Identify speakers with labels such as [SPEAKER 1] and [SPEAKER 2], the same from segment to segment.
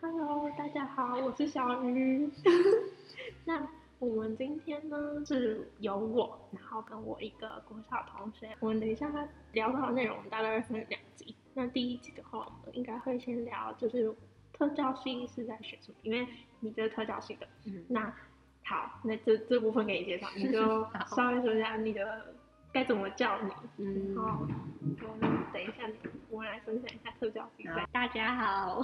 [SPEAKER 1] 大家好，我是小鱼。 那我们今天呢是由我，然后跟我一个国小同学，我们等一下聊到的内容大概会分两集。那第一集的话，我们应该会先聊就是特教系是在学什么，因为你就是特教系的。
[SPEAKER 2] 嗯，
[SPEAKER 1] 那好，那这这部分给你介绍，你 就稍微说一下你的该怎么叫你，然
[SPEAKER 2] 嗯，
[SPEAKER 1] 后我们等一下我们来分享一下特教系在
[SPEAKER 2] 好，大家好，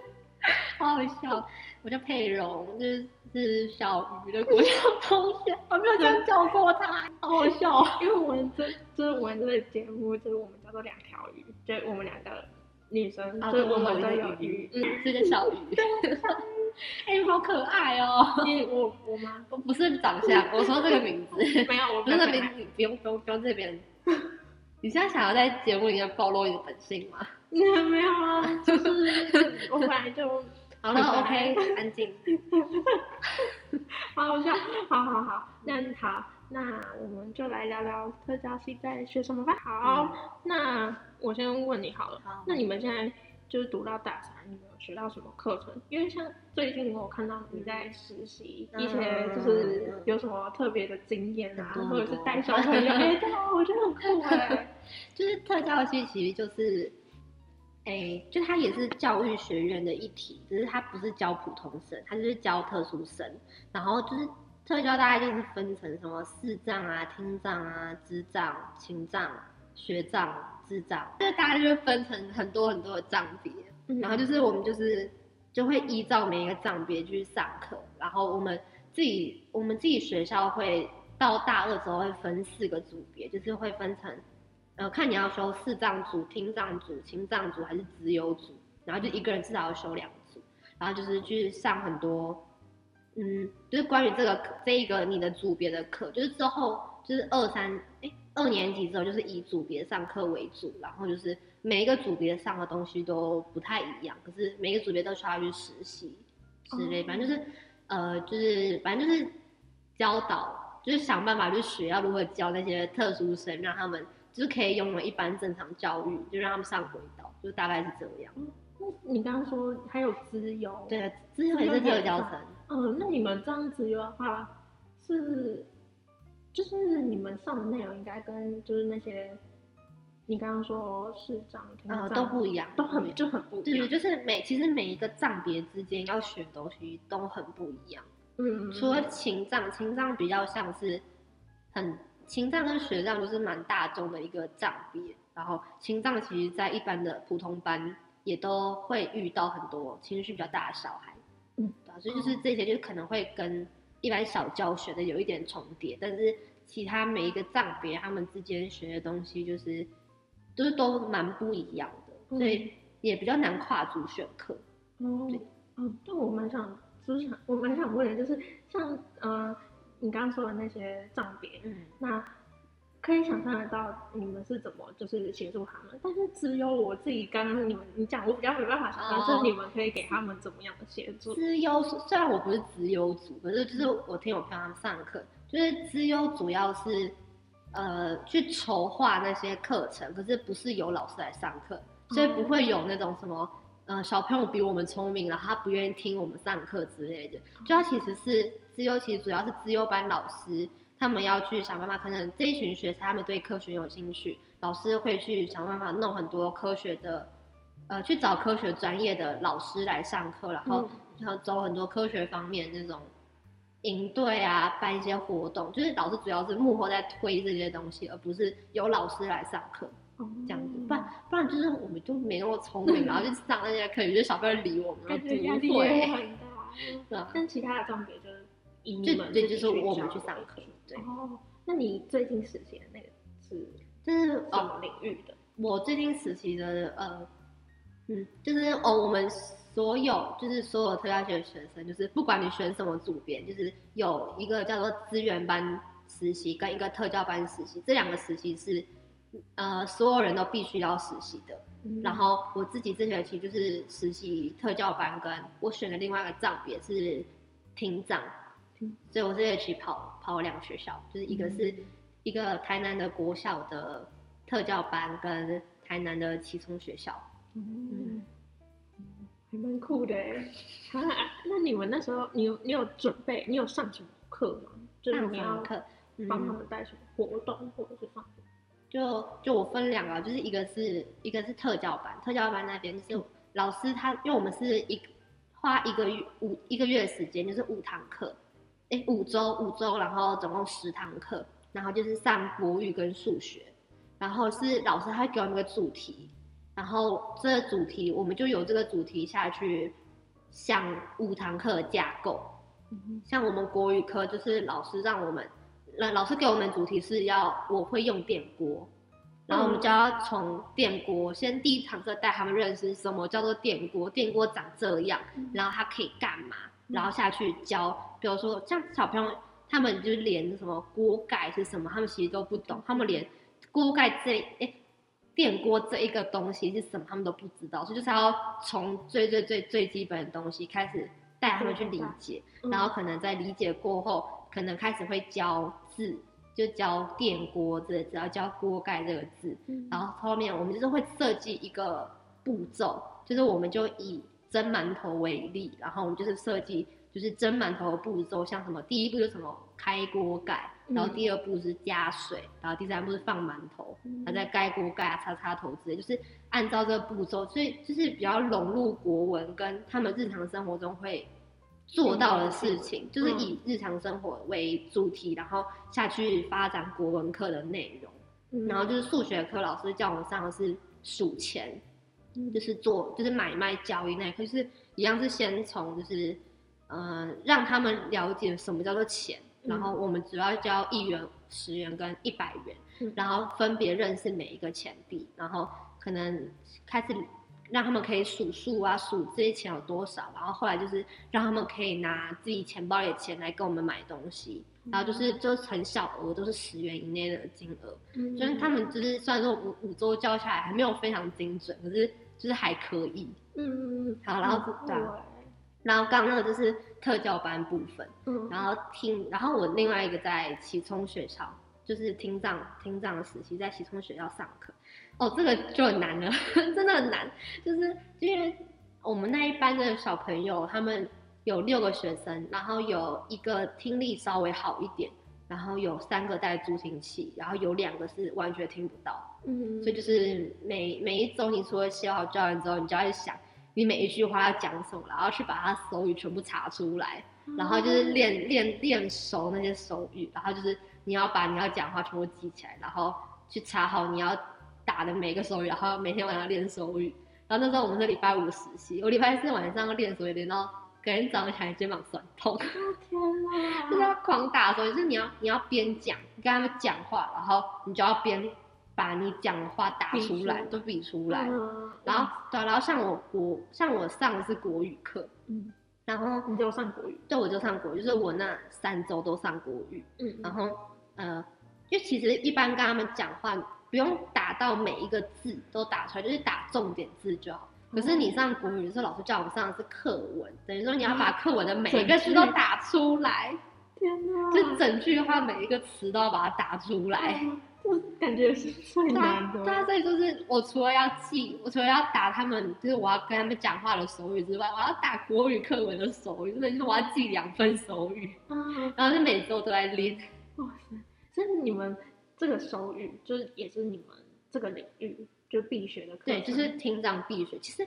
[SPEAKER 2] 好好笑，我叫佩蓉，就是是小鱼的国小同学， 我没有这样叫过他，好好笑 哦。
[SPEAKER 1] 因为我们这就是我们这个节目，就是我们叫做两条鱼，就是我们两个女生，
[SPEAKER 2] 啊
[SPEAKER 1] 就是
[SPEAKER 2] 对
[SPEAKER 1] 我们都
[SPEAKER 2] 我们
[SPEAKER 1] 有
[SPEAKER 2] 有
[SPEAKER 1] 鱼
[SPEAKER 2] 鱼。
[SPEAKER 1] 嗯，
[SPEAKER 2] 是个小鱼， 哎、好可爱哦！
[SPEAKER 1] 因为我我妈
[SPEAKER 2] 我不是长相，我说这个名 字，
[SPEAKER 1] 没有，我
[SPEAKER 2] 不是这
[SPEAKER 1] 没有
[SPEAKER 2] 边，不用不用不用这 边。你现在想要在节目里面暴露你的本性吗？
[SPEAKER 1] 嗯没有啊，就是我本来就可
[SPEAKER 2] 好 那
[SPEAKER 1] 爱
[SPEAKER 2] OK，安静。
[SPEAKER 1] 好好笑，好好好，那好，那我们就来聊聊特教系在学什么吧。好，那我先问你好了，
[SPEAKER 2] 好
[SPEAKER 1] 那你们现在就是读到大三，你们有学到什么课程？因为像最近我有看到你在实习，
[SPEAKER 2] 嗯
[SPEAKER 1] 一些就是有什么特别的经验啊，
[SPEAKER 2] 嗯
[SPEAKER 1] 或者是带小朋友，哎、对啊，我觉得很酷哎、
[SPEAKER 2] 就是特教系其实就是，哎、就它也是教育学院的一体，只是它不是教普通生，它就是教特殊生。然后就是特教大概就是分成什么视障啊、听障啊、智障、情障、学障、智障，这大概就是分成很多很多的障别。
[SPEAKER 1] 嗯
[SPEAKER 2] 然后就是我们就是就会依照每一个障别去上课，然后我们自己我们自己学校会到大二之后会分四个组别，就是会分成，呃，看你要修视障组、听障组、情障组还是直友组，然后就一个人至少要修两组，然后就是去上很多，嗯，就是关于这个课这一个你的组别的课，就是之后就是二三哎二年级之后就是以组别上课为主，然后就是每一个组别上的东西都不太一样，可是每个组别都需要去实习之类，
[SPEAKER 1] 哦
[SPEAKER 2] 反正就是呃就是反正就是教导，就是想办法去学要如何教那些特殊生，让他们就是可以拥有一般正常教育，就让他们上轨道，就大概是这样。
[SPEAKER 1] 那你刚刚说还有资优，，
[SPEAKER 2] 对，啊之前也是特教生。
[SPEAKER 1] 嗯，那你们这样子的话，是就是你们上的内容应该跟就是那些你刚刚说市长听
[SPEAKER 2] 呃，
[SPEAKER 1] 障
[SPEAKER 2] 都不一样，
[SPEAKER 1] 都很就很不一
[SPEAKER 2] 对
[SPEAKER 1] 样
[SPEAKER 2] 对，，就是每其实每一个障别之间要学的东西都很不一样。
[SPEAKER 1] 嗯，
[SPEAKER 2] 除了情障，情障比较像是很情障跟学障就是蛮大众的一个障别，然后情障其实在一般的普通班也都会遇到很多情绪比较大的小孩，
[SPEAKER 1] 嗯
[SPEAKER 2] 对啊，所以就是这些就可能会跟一般小教学的有一点重叠，但是其他每一个障别他们之间学的东西就是就是都蛮不一样的，所以也比较难跨组选课。
[SPEAKER 1] 哦
[SPEAKER 2] 对，
[SPEAKER 1] 嗯，但我蛮想就是想我蛮想问的，就是像呃你刚刚说的那些障别，
[SPEAKER 2] 嗯，
[SPEAKER 1] 那可以想象得到你们是怎么就是协助他们，但是只有我自己刚刚你们你讲，我比较没办法想象，
[SPEAKER 2] 哦
[SPEAKER 1] 就是你们可以给他们怎么样的协助？
[SPEAKER 2] 资优虽然我不是资优组，可是就是我听我朋友他们上课，就是资优主要是呃去筹划那些课程，可是不是由老师来上课，所以不会有那种什么呃小朋友比我们聪明，然后他不愿意听我们上课之类的。就他其实是资优，其实主要是资优班老师他们要去想办法，可能这一群学生他们对科学有兴趣，老师会去想办法弄很多科学的。呃，去找科学专业的老师来上课，然
[SPEAKER 1] 嗯
[SPEAKER 2] 后然后走很多科学方面那种营队啊，办一些活动，就是老师主要是幕后在推这些东西，而不是由老师来上课这样子。不然不然就是我们就没那么聪 明，然后就上那些课，有些小朋友理我们，然
[SPEAKER 1] 感
[SPEAKER 2] 后
[SPEAKER 1] 觉压力
[SPEAKER 2] 不
[SPEAKER 1] 也
[SPEAKER 2] 会。
[SPEAKER 1] 很大。嗯
[SPEAKER 2] 对啊
[SPEAKER 1] 但其他的重点就是以你
[SPEAKER 2] 就
[SPEAKER 1] 们
[SPEAKER 2] 对，
[SPEAKER 1] 自己
[SPEAKER 2] 就是我
[SPEAKER 1] 找
[SPEAKER 2] 们去上课，对，
[SPEAKER 1] 哦，那你最近实习的那个是
[SPEAKER 2] 就是
[SPEAKER 1] 什
[SPEAKER 2] 哦，
[SPEAKER 1] 么领域的？
[SPEAKER 2] 我最近实习的呃，嗯，就是哦，我们所有就是所有特教学的学生，就是不管你选什么组别，就是有一个叫做资源班实习跟一个特教班实习，这两个实习是呃所有人都必须要实习的。
[SPEAKER 1] 嗯
[SPEAKER 2] 然后我自己这学期就是实习特教班，跟我选的另外一个障别是听障
[SPEAKER 1] 嗯，
[SPEAKER 2] 所以我这学期跑跑了两个学校，就是一个是
[SPEAKER 1] 嗯
[SPEAKER 2] 一个台南的国小的特教班，跟台南的启聪学校。
[SPEAKER 1] 嗯，嗯还蛮酷的哎。啊，那你们那时候，你有你有准备，你有上什么课吗？就是
[SPEAKER 2] 上
[SPEAKER 1] 你
[SPEAKER 2] 什
[SPEAKER 1] 要
[SPEAKER 2] 么课？
[SPEAKER 1] 帮他
[SPEAKER 2] 嗯，
[SPEAKER 1] 们带什么活动，或者是上什么
[SPEAKER 2] 就就我分两个，就是一个是一个是特教班，特教班那边就是老师他，因为我们是一花一个月五一个月的时间，就是五堂课，哎、五周五周，然后总共十堂课，然后就是上国语跟数学，然后是老师他会给我们一个主题，然后这个主题我们就由这个主题下去想五堂课的架构，像我们国语科就是老师让我们，那老师给我们主题是要我会用电锅，
[SPEAKER 1] 嗯
[SPEAKER 2] 然后我们就要从电锅先第一堂课带他们认识什么叫做电锅，电锅长这样，
[SPEAKER 1] 嗯
[SPEAKER 2] 然后它可以干嘛，
[SPEAKER 1] 嗯
[SPEAKER 2] 然后下去教，比如说像小朋友他们就连什么锅盖是什么，他们其实都不懂，他们连锅盖这哎、电锅这一个东西是什么，他们都不知道，所以就是要从最最最最基本的东西开始带他们去理解。
[SPEAKER 1] 嗯
[SPEAKER 2] 然后可能在理解过后，可能开始会教字，就教电锅这个字，要教锅盖这个字。
[SPEAKER 1] 嗯
[SPEAKER 2] 然后后面我们就是会设计一个步骤，就是我们就以蒸馒头为例，然后我们就是设计就是蒸馒头的步骤，像什么第一步就是什么开锅盖，然后
[SPEAKER 1] 嗯
[SPEAKER 2] 第二步是加水，然后第三步是放馒头，
[SPEAKER 1] 嗯
[SPEAKER 2] 然后再盖锅盖啊、擦擦头之类，就是按照这个步骤，所以就是比较融入国文跟他们日常生活中会做到的事情，嗯就是以日常生活为主题，然后下去发展国文课的内容。
[SPEAKER 1] 嗯
[SPEAKER 2] 然后就是数学课老师叫我们上的是数钱，就是做就是买卖交易那一课，就是一样是先从就是嗯、呃、让他们了解什么叫做钱，
[SPEAKER 1] 嗯
[SPEAKER 2] 然后我们主要教一元、十元跟一百元，
[SPEAKER 1] 嗯
[SPEAKER 2] 然后分别认识每一个钱币，然后可能开始让他们可以数数啊，数这些钱有多少，然后后来就是让他们可以拿自己钱包里的钱来跟我们买东西，然后就是就是很小额，都是十元以内的金额，
[SPEAKER 1] 嗯
[SPEAKER 2] 就是他们就是虽然说五五周教下来还没有非常精准，可是就是还可以。
[SPEAKER 1] 嗯嗯
[SPEAKER 2] 好然后
[SPEAKER 1] 嗯
[SPEAKER 2] 对啊然后刚刚那个就是特教班部分，
[SPEAKER 1] 嗯
[SPEAKER 2] 然后听，然后我另外一个在启聪学校，就是厅长厅长的时期在启聪学校上课。哦，这个就很难了， 真的很难，就是因为我们那一班的小朋友，他们有六个学生，然后有一个听力稍微好一点，然后有三个带助听器，然后有两个是完全听不到。
[SPEAKER 1] 嗯，
[SPEAKER 2] 所以就是每每一周你除了写好教案之后，你就要去想你每一句话要讲什么，然后去把它手语全部查出来，然后就是
[SPEAKER 1] 啊
[SPEAKER 2] 练练练熟那些手语，然后就是你要把你要讲的话全部记起来，然后去查好你要打的每个手语，然后每天晚上练手语。然后那时候我们是礼拜五实习，我礼拜四晚上练手语练到隔天早上起来肩膀酸痛。
[SPEAKER 1] 天哪，
[SPEAKER 2] 就是要狂打的时候，就是你要你要边讲，你跟他们讲话，然后你就要边把你讲的话打
[SPEAKER 1] 比
[SPEAKER 2] 出来，
[SPEAKER 1] 出
[SPEAKER 2] 都比出来。
[SPEAKER 1] 嗯
[SPEAKER 2] 然后对啊，然后像我我像我上的是国语课，
[SPEAKER 1] 嗯，
[SPEAKER 2] 然后
[SPEAKER 1] 你就上国语，
[SPEAKER 2] 对我就上国语，就是我那三周都上国语，
[SPEAKER 1] 嗯
[SPEAKER 2] 然后呃，就其实一般跟他们讲话不用打到每一个字都打出来，就是打重点字就好。
[SPEAKER 1] 嗯
[SPEAKER 2] 可是你上国语的时候，老师叫我们上的是课文，等于说
[SPEAKER 1] 嗯
[SPEAKER 2] 你要把课文的每一个字都打出来。
[SPEAKER 1] 天哪，
[SPEAKER 2] 就整句话每一个词都要把它打出来。
[SPEAKER 1] 嗯，我感觉是最
[SPEAKER 2] 对
[SPEAKER 1] 难
[SPEAKER 2] 啊，
[SPEAKER 1] 的，
[SPEAKER 2] 哎对啊，所以就是我除了要记，我除了要打他们，就是我要跟他们讲话的手语之外，我要打国语课文的手语，真的就是我要记两份手语，
[SPEAKER 1] 嗯，
[SPEAKER 2] 然后就每周都在练。
[SPEAKER 1] 哇塞！所以你们这个手语，就是也是你们这个领域就必学的课
[SPEAKER 2] 对，
[SPEAKER 1] 程，
[SPEAKER 2] 就是听障必学。其实，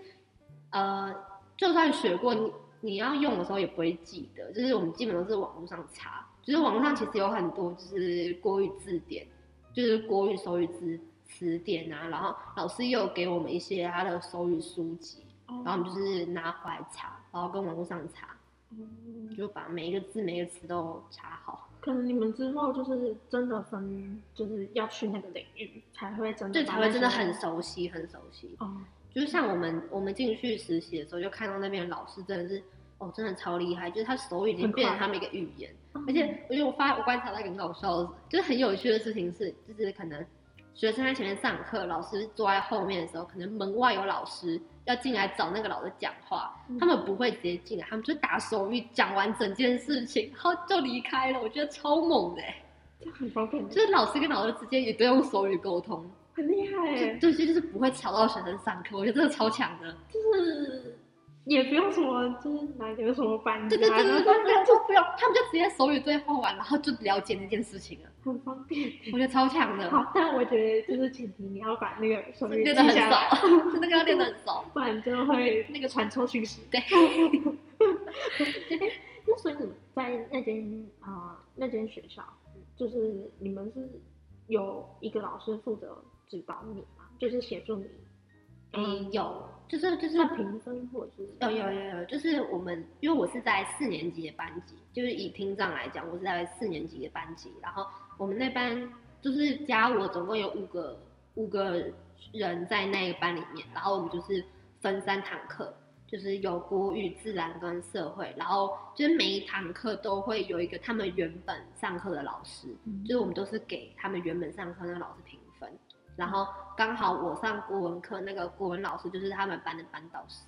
[SPEAKER 2] 呃，就算学过，你你要用的时候也不会记得，就是我们基本都是网络上查，就是网络上其实有很多就是国语字典，就是国语手语词词典啊，然后老师也有给我们一些他的手语书籍，
[SPEAKER 1] 哦，
[SPEAKER 2] 然后我们就是拿回来查，然后跟网络上查，
[SPEAKER 1] 嗯
[SPEAKER 2] 就把每一个字每一个词都查好，
[SPEAKER 1] 可能你们之后就是真的分，就是要去那个领域才会真的
[SPEAKER 2] 对，
[SPEAKER 1] 把
[SPEAKER 2] 才会
[SPEAKER 1] 那
[SPEAKER 2] 真的
[SPEAKER 1] 些
[SPEAKER 2] 很熟悉，很熟悉。
[SPEAKER 1] 哦，
[SPEAKER 2] 就是像我们我们进去实习的时候，就看到那边的老师真的是，哦，真的超厉害，就是他手语已经
[SPEAKER 1] 很快
[SPEAKER 2] 变成他们一个语言。而
[SPEAKER 1] 而
[SPEAKER 2] 且我觉得我发我观察到一个很搞笑的，就是很有趣的事情是，就是可能学生在前面上课，老师坐在后面的时候，可能门外有老师要进来找那个老师讲话，
[SPEAKER 1] 嗯
[SPEAKER 2] 他们不会直接进来，他们就打手语讲完整件事情，然后就离开了。我觉得超猛的欸、
[SPEAKER 1] 这很方便，
[SPEAKER 2] 就是老师跟老师之间也都用手语沟通，
[SPEAKER 1] 很厉害
[SPEAKER 2] 就
[SPEAKER 1] 欸，
[SPEAKER 2] 对，就是不会吵到学生上课，我觉得这个超强的。
[SPEAKER 1] 就是也不用什么，就是哪个什么班级
[SPEAKER 2] 对对
[SPEAKER 1] 啊，
[SPEAKER 2] 对对
[SPEAKER 1] 然后
[SPEAKER 2] 对对，就不用，他们就直接手语对话完，然后就了解这件事情了，
[SPEAKER 1] 很方便。
[SPEAKER 2] 我觉得超强的，
[SPEAKER 1] 好，但我觉得就是前提你要把那个 手语记
[SPEAKER 2] 练得很
[SPEAKER 1] 下来，
[SPEAKER 2] 熟，真的要练得很熟。
[SPEAKER 1] 不然就会 那个传错讯息。
[SPEAKER 2] 对，
[SPEAKER 1] 那所以你们在那间啊、呃那间学校，就是你们是有一个老师负责指导你吗？就是协助你？
[SPEAKER 2] 嗯，有，就是就是
[SPEAKER 1] 那评分或者是
[SPEAKER 2] 有有有有，就是我们因为我是在四年级的班级，就是以厅长来讲，我是在四年级的班级，然后我们那班就是加我总共有五个五个人在那个班里面，然后我们就是分三堂课，就是有国语、自然跟社会，然后就是每一堂课都会有一个他们原本上课的老师，就是我们都是给他们原本上课那老师评分，然后刚好我上国文课那个国文老师就是他们班的班导师。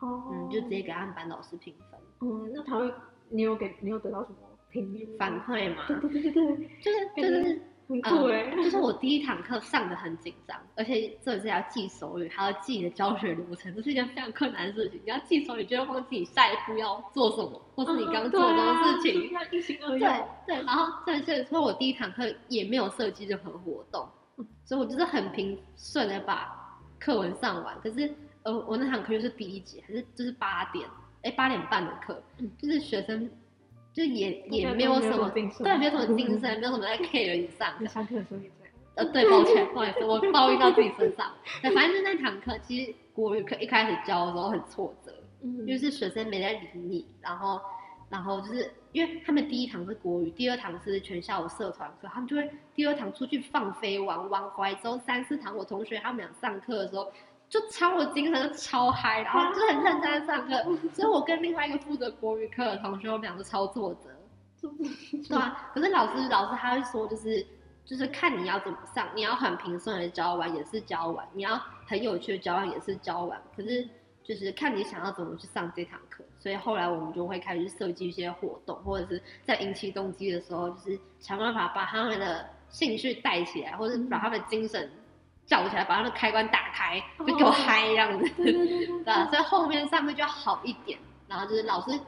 [SPEAKER 1] 哦，
[SPEAKER 2] 嗯，就直接给他们班导师评分
[SPEAKER 1] 嗯，那他会，你有给你有得到什么评语吗
[SPEAKER 2] 反？馈嘛，
[SPEAKER 1] 哦对对对对对，
[SPEAKER 2] 就是就
[SPEAKER 1] 感
[SPEAKER 2] 是
[SPEAKER 1] 觉很酷哎、
[SPEAKER 2] 嗯，就是 我第一堂课上的很紧张，而且这是要记手语，还要记你的教学流程，这是一件非常困难的事情。你要记手语，就要忘记你下一步要做什么，或是你刚刚做什么事情。
[SPEAKER 1] 嗯对哦啊就是要一心二
[SPEAKER 2] 对
[SPEAKER 1] 用。
[SPEAKER 2] 对，然后这是所以我第一堂课也没有设计任何活动
[SPEAKER 1] 嗯，
[SPEAKER 2] 所以我就是很平顺的把课文上完。可是呃，我那堂课就是第一节，还是就是八点，哎八点半的课
[SPEAKER 1] 嗯，
[SPEAKER 2] 就是学生就也也
[SPEAKER 1] 大家都
[SPEAKER 2] 没有什么
[SPEAKER 1] 精神
[SPEAKER 2] 对，没有什么精神，没有什么在 care 你上
[SPEAKER 1] 你
[SPEAKER 2] 的。
[SPEAKER 1] 上课的时候也这样。
[SPEAKER 2] 呃，对，抱歉，不好意思，我抱怨到自己身上。 对，反正就那堂课，其实国语课一开始教的时候很挫折，
[SPEAKER 1] 嗯
[SPEAKER 2] 就是学生没在理你，然后，然后就是因为他们第一堂是国语，第二堂是全校有社团课，他们就会第二堂出去放飞玩，玩回来之后三四堂我同学他们俩上课的时候就超我精神，就超嗨，然后就很认真在上课，所以我跟另外一个负责国语课的同学，我们俩都超挫折。对啊，可是老师老师他会说，就是就是看你要怎么上，你要很平顺的教完也是教完，你要很有趣的教完也是教完，可是就是看你想要怎么去上这堂课。所以后来我们就会开始设计一些活动，或者是在引起动机的时候，就是想办法把他们的兴趣带起来，或者把他们的精神叫起来，把他们的开关打开，就给我
[SPEAKER 1] 哦
[SPEAKER 2] 嗨这样子。
[SPEAKER 1] 对对对对
[SPEAKER 2] 对啊，所以后面上课就好一点。然后就是老师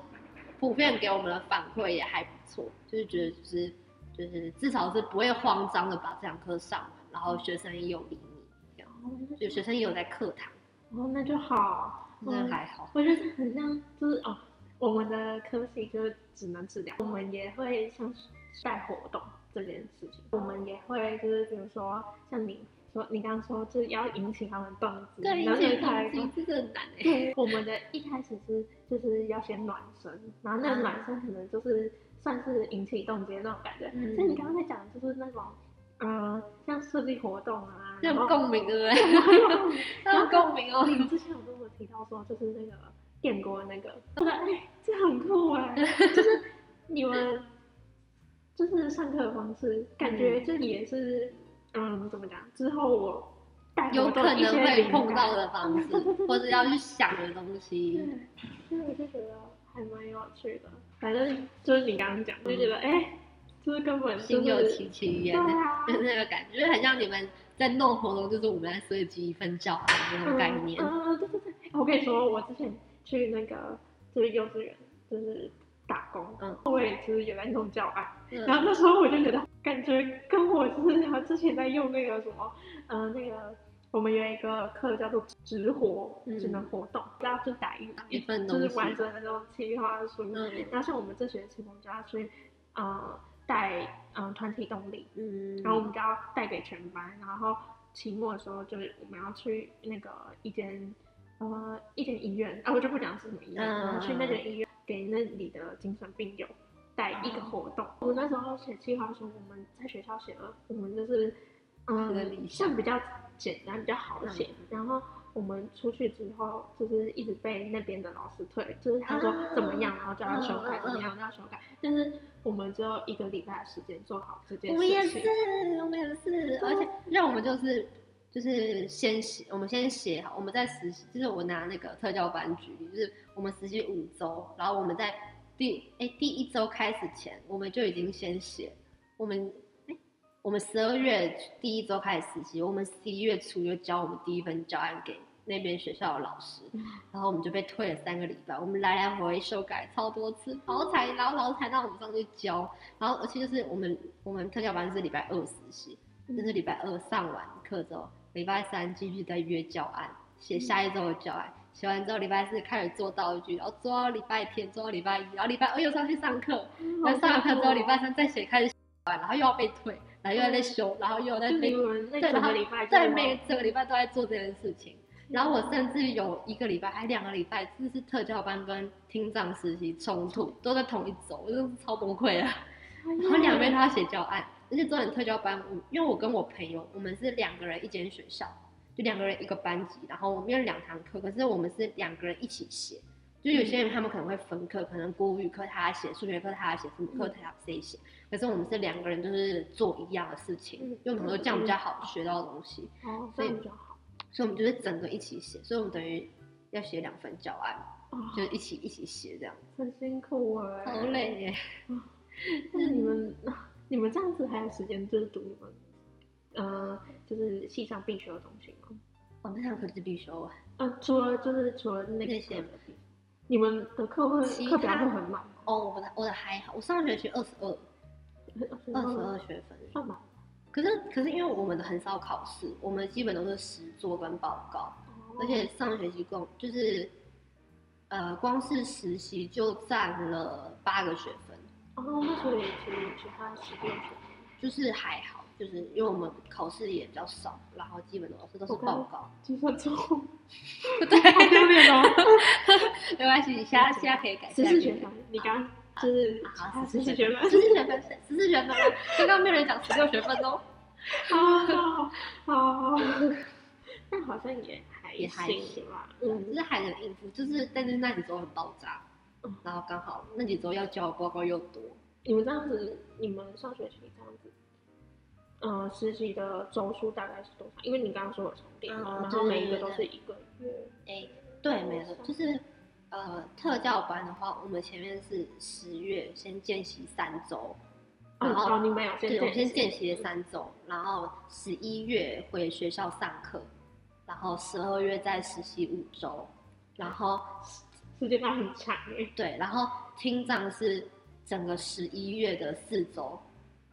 [SPEAKER 2] 普遍给我们的反馈也还不错，就是觉得就是就是至少是不会慌张的把这堂课上完，然后学生也有理你，这样就学生也有在课堂，
[SPEAKER 1] 哦，那就好。
[SPEAKER 2] 那
[SPEAKER 1] 嗯
[SPEAKER 2] 还好。
[SPEAKER 1] 我觉得很像，就是哦，我们的科系就是只能治疗，我们也会像是办活动这件事情，我们也会就是比如说像你说你刚刚说，就是要引起他们动机，
[SPEAKER 2] 对，
[SPEAKER 1] 然后你
[SPEAKER 2] 引
[SPEAKER 1] 就
[SPEAKER 2] 起
[SPEAKER 1] 开
[SPEAKER 2] 动
[SPEAKER 1] 始
[SPEAKER 2] 机这个很难哎、
[SPEAKER 1] 对， 我们的一开始是就是要先暖身，然后那个暖身可能就是算是引起动机的那种感觉。
[SPEAKER 2] 嗯
[SPEAKER 1] 所以你刚刚在讲的就是那种，呃，像设计活动啊，
[SPEAKER 2] 那
[SPEAKER 1] 然
[SPEAKER 2] 种
[SPEAKER 1] 后
[SPEAKER 2] 共鸣对不对？ 那种共鸣 哦。
[SPEAKER 1] 你之前有跟我提到说，就是那个电锅那 个，对，哎，这很酷哎、就是你们就是上课的方式，感觉这也是，嗯，怎么讲？之后我带
[SPEAKER 2] 有
[SPEAKER 1] 活动
[SPEAKER 2] 可
[SPEAKER 1] 一
[SPEAKER 2] 能
[SPEAKER 1] 些
[SPEAKER 2] 会
[SPEAKER 1] 灵
[SPEAKER 2] 碰
[SPEAKER 1] 感
[SPEAKER 2] 到的方式，或者要去想的东 西，
[SPEAKER 1] 所以我就觉得还蛮有趣的。反正就是你刚刚讲，就觉得哎、就是根本就
[SPEAKER 2] 心有
[SPEAKER 1] 是
[SPEAKER 2] 戚戚
[SPEAKER 1] 对
[SPEAKER 2] 焉。
[SPEAKER 1] 啊，
[SPEAKER 2] 就是那个感觉，就是很像你们在弄活动，就是我们在设计一份教案的那种概念。
[SPEAKER 1] 嗯，嗯对对对。我跟你说，我之前去那个就是幼稚园，就是打工，
[SPEAKER 2] 嗯，
[SPEAKER 1] 我也就是有在弄教案，然
[SPEAKER 2] 嗯
[SPEAKER 1] 后那时候我就觉得，感觉跟我就是我之前在用那个什么，呃，那个我们有一个课叫做直活，
[SPEAKER 2] 嗯
[SPEAKER 1] 职能活动，大家就打一
[SPEAKER 2] 一份
[SPEAKER 1] 就
[SPEAKER 2] 东
[SPEAKER 1] 是
[SPEAKER 2] 西
[SPEAKER 1] 完整的那种企划书。
[SPEAKER 2] 嗯
[SPEAKER 1] 然后像我们这学期，我们就要去，呃，带嗯、呃团体动力，
[SPEAKER 2] 嗯，
[SPEAKER 1] 然后我们就要带给全班，然后期末的时候就是我们要去那个一间呃一间医院，啊我就不讲是什么医院，
[SPEAKER 2] 嗯哦
[SPEAKER 1] 然后去那间医院给那里的精神病友带一个活动。我那时候写计划书，我们在学校写了，我们就是
[SPEAKER 2] 写了理嗯
[SPEAKER 1] 嗯
[SPEAKER 2] 想
[SPEAKER 1] 像比较简单比较好写，然后。我们出去之后，就是一直被那边的老师推，就是他说
[SPEAKER 2] 啊
[SPEAKER 1] 怎么样，然后叫他修
[SPEAKER 2] 嗯
[SPEAKER 1] 改
[SPEAKER 2] 嗯
[SPEAKER 1] 怎么样，叫他修改。但是我们只有一个礼拜的时间做好这件
[SPEAKER 2] 我
[SPEAKER 1] 事情。
[SPEAKER 2] 们也是，我们也是，而且让我们就是就是先写，我们先写好，我们在实习，就是我拿那个特教班举例，就是我们实习五周，然后我们在第哎第一周开始前，我们就哎已经先写，我们哎我们十二月第一周开始实习，我们十一月初就交我们第一份教案给那边学校的老师，然后我们就被退了三个礼拜，我们来来回回修改超多次，然后才然后然后才让我们上去教，然后而且就是我们我们特教班是礼拜二实习，就是礼拜二上完课之后，礼拜三继续再约教案，写下一周的教案，写完之后礼拜四开始做道具，然后做到礼拜天，做到礼拜一，然后礼拜二又上去上课，
[SPEAKER 1] 嗯
[SPEAKER 2] 然后上完课
[SPEAKER 1] 哦
[SPEAKER 2] 之后礼拜三再写开始写完，然后又要被退，然后又要再修，然后又要再
[SPEAKER 1] 哦就
[SPEAKER 2] 被
[SPEAKER 1] 你们那
[SPEAKER 2] 对
[SPEAKER 1] 整
[SPEAKER 2] 然后
[SPEAKER 1] 个礼拜
[SPEAKER 2] 在
[SPEAKER 1] 就哎
[SPEAKER 2] 每整个礼拜都在做这件事情。然后我甚至有一个礼拜哎还两个礼拜，就是特教班跟听障实习冲突，都在同一周，我真的是超崩溃了。然后两边都要写教案，而且重点特教班，我因为我跟我朋友，我们是两个人一间学校，就两个人一个班级，然后我们有两堂课，可是我们是两个人一起写。就有些人他们可能会分课，可能国语课他写，数学课他写，什么课他谁写。可是我们是两个人，就是做一样的事情
[SPEAKER 1] 嗯，
[SPEAKER 2] 因为我们说这样比较好学到东西，
[SPEAKER 1] 哦，
[SPEAKER 2] 所
[SPEAKER 1] 所
[SPEAKER 2] 以
[SPEAKER 1] 以比较好
[SPEAKER 2] 所以我们就是整个一起写，所以我们等于要写两份教案，
[SPEAKER 1] 哦，
[SPEAKER 2] 就是一起一起写这样，
[SPEAKER 1] 很辛苦哎，
[SPEAKER 2] 好。累耶。
[SPEAKER 1] 那你们 你们这样子还有时间就是读你们呃就是系上必修的东西吗？
[SPEAKER 2] 哦，那堂课是必修啊，
[SPEAKER 1] 呃，除了就是除了那
[SPEAKER 2] 那
[SPEAKER 1] 个
[SPEAKER 2] 些
[SPEAKER 1] 课你们的课会
[SPEAKER 2] 其
[SPEAKER 1] 课表
[SPEAKER 2] 他
[SPEAKER 1] 会很满吗？
[SPEAKER 2] 哦，我的我的还好，我上学期二十二，二十二学分。
[SPEAKER 1] 算满
[SPEAKER 2] 可是可是因为我们的很少考试，我们基本都是实作跟报告，
[SPEAKER 1] 哦
[SPEAKER 2] 而且上学期共就是，呃，光是实习就占了八个学分，
[SPEAKER 1] 哦，那所以其实其他十六学
[SPEAKER 2] 就是还好，就是因为我们考试也比较少，然后基本都是都是报告。
[SPEAKER 1] 计算错误， 好
[SPEAKER 2] 对，
[SPEAKER 1] 丢脸哦！
[SPEAKER 2] 没关系，你现在现在可以改
[SPEAKER 1] 十
[SPEAKER 2] 下
[SPEAKER 1] 四
[SPEAKER 2] 去。
[SPEAKER 1] 学分，你刚就是
[SPEAKER 2] 啊好，
[SPEAKER 1] 十
[SPEAKER 2] 十
[SPEAKER 1] 四
[SPEAKER 2] 四
[SPEAKER 1] 学
[SPEAKER 2] 哦学
[SPEAKER 1] 分
[SPEAKER 2] 分，，十四学分，十四学分哦，刚刚没有人讲十六学分 哦。
[SPEAKER 1] 好好好，哦 那好像也还
[SPEAKER 2] 也还
[SPEAKER 1] 行吧，嗯
[SPEAKER 2] 只，是还能应付，就是但是那几周很爆炸
[SPEAKER 1] 嗯，
[SPEAKER 2] 然后刚好那几周要交的报告又多，
[SPEAKER 1] 你们这样子，你们上学期这样子，呃，实习的周数大概是多少？因为你刚刚说有重叠嘛，
[SPEAKER 2] 嗯
[SPEAKER 1] 然后每一个
[SPEAKER 2] 对对对
[SPEAKER 1] 都是一个月。
[SPEAKER 2] 哎，对，没错，就是呃特教班的话，我们前面是十月先见习三周，然后
[SPEAKER 1] 哦，你们有
[SPEAKER 2] 对，嗯
[SPEAKER 1] 先
[SPEAKER 2] 我们先见习了三周，然后十一月回学校上课，然后十二月再实习五周，然后
[SPEAKER 1] 时间段很长耶。
[SPEAKER 2] 对，然后听障是整个十一月的四周，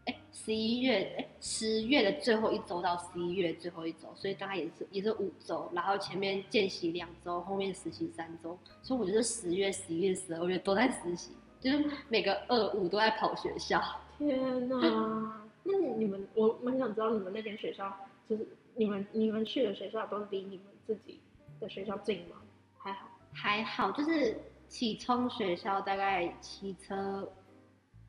[SPEAKER 2] 哎，十一月哎十月的最后一周到十一月最后一周，所以大概也是也是五周，然后前面见习两周，后面实习三周，所以我觉得十月、十一月、十二月都在实习，就是每个二五都在跑学校。
[SPEAKER 1] 天
[SPEAKER 2] 啊
[SPEAKER 1] 哪！那你们，我蛮想知道你们那间学校，就是你们你们去的学校都离你们自己的学校近吗？还好。
[SPEAKER 2] 还好，就是启聪学校大概骑车，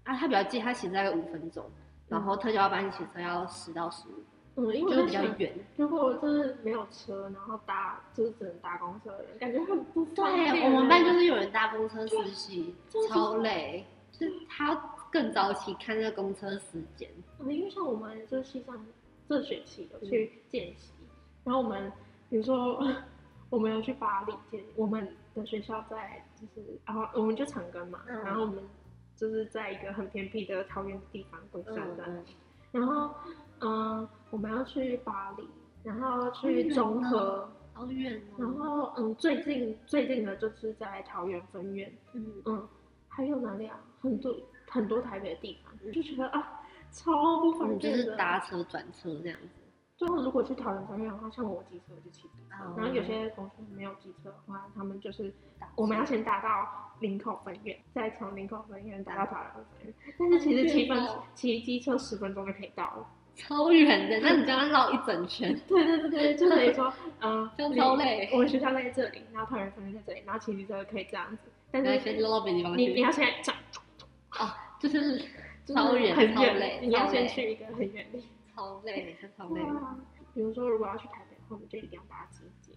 [SPEAKER 2] 啊，它比较近，它骑车大概五分钟，然后特教班骑车要十到十五，
[SPEAKER 1] 嗯，因为我
[SPEAKER 2] 就是
[SPEAKER 1] 在
[SPEAKER 2] 比较
[SPEAKER 1] 想
[SPEAKER 2] 远。
[SPEAKER 1] 如果就是没有车，然后搭就是只能搭公车的人，感觉很不方便耶。
[SPEAKER 2] 对，我们班就是有人搭公车实习
[SPEAKER 1] 对，
[SPEAKER 2] 超累，就是他更早起看那个公车时间。
[SPEAKER 1] 嗯，因为像我们就是西藏这学期有
[SPEAKER 2] 嗯
[SPEAKER 1] 去见习，然后我们比如说 我们有去巴黎见，我们的学校在就是，然后我们就长庚嘛，
[SPEAKER 2] 嗯
[SPEAKER 1] 然后我们就是在一个很偏僻的桃园地方龟山
[SPEAKER 2] 嗯
[SPEAKER 1] 的，
[SPEAKER 2] 嗯，
[SPEAKER 1] 然后嗯，我们要去巴黎，然后去中和，
[SPEAKER 2] 哦好远哦。
[SPEAKER 1] 然后嗯，最近最近的就是在桃园分院，
[SPEAKER 2] 嗯，
[SPEAKER 1] 嗯，还有哪里啊？很多很多台北的地方，
[SPEAKER 2] 嗯
[SPEAKER 1] 就觉得啊。超不
[SPEAKER 2] 我
[SPEAKER 1] 方
[SPEAKER 2] 们就
[SPEAKER 1] 便的，
[SPEAKER 2] 是搭车转车这样子。
[SPEAKER 1] 就是如果去桃园方面的话，像我骑车我就骑机车，哦然后有
[SPEAKER 2] 哦
[SPEAKER 1] 些同学没有机车的话，他们就是
[SPEAKER 2] 搭车
[SPEAKER 1] 我们要先打到林口分院，再从林口分院打到桃园分院。但是其实骑分
[SPEAKER 2] 好远哦
[SPEAKER 1] 骑机车十分钟就可以到了。
[SPEAKER 2] 超远的，那你这样绕一整圈，
[SPEAKER 1] 对对对对，就等于说，嗯，
[SPEAKER 2] 这样超累
[SPEAKER 1] 我们学校在这里，然后桃园分院在这里，然后骑机车可以这样子，但
[SPEAKER 2] 然后
[SPEAKER 1] 是
[SPEAKER 2] 先绕到别的地方
[SPEAKER 1] 你你
[SPEAKER 2] 去，
[SPEAKER 1] 要先转，
[SPEAKER 2] 就是
[SPEAKER 1] 就是
[SPEAKER 2] 超远、
[SPEAKER 1] 很
[SPEAKER 2] 超
[SPEAKER 1] 远，，
[SPEAKER 2] 累
[SPEAKER 1] 你要
[SPEAKER 2] 超
[SPEAKER 1] 先
[SPEAKER 2] 累、
[SPEAKER 1] 去一个很远的地
[SPEAKER 2] 超累、超累。
[SPEAKER 1] 哇，比如说，如果要去台北的话，我们就一定要搭机捷，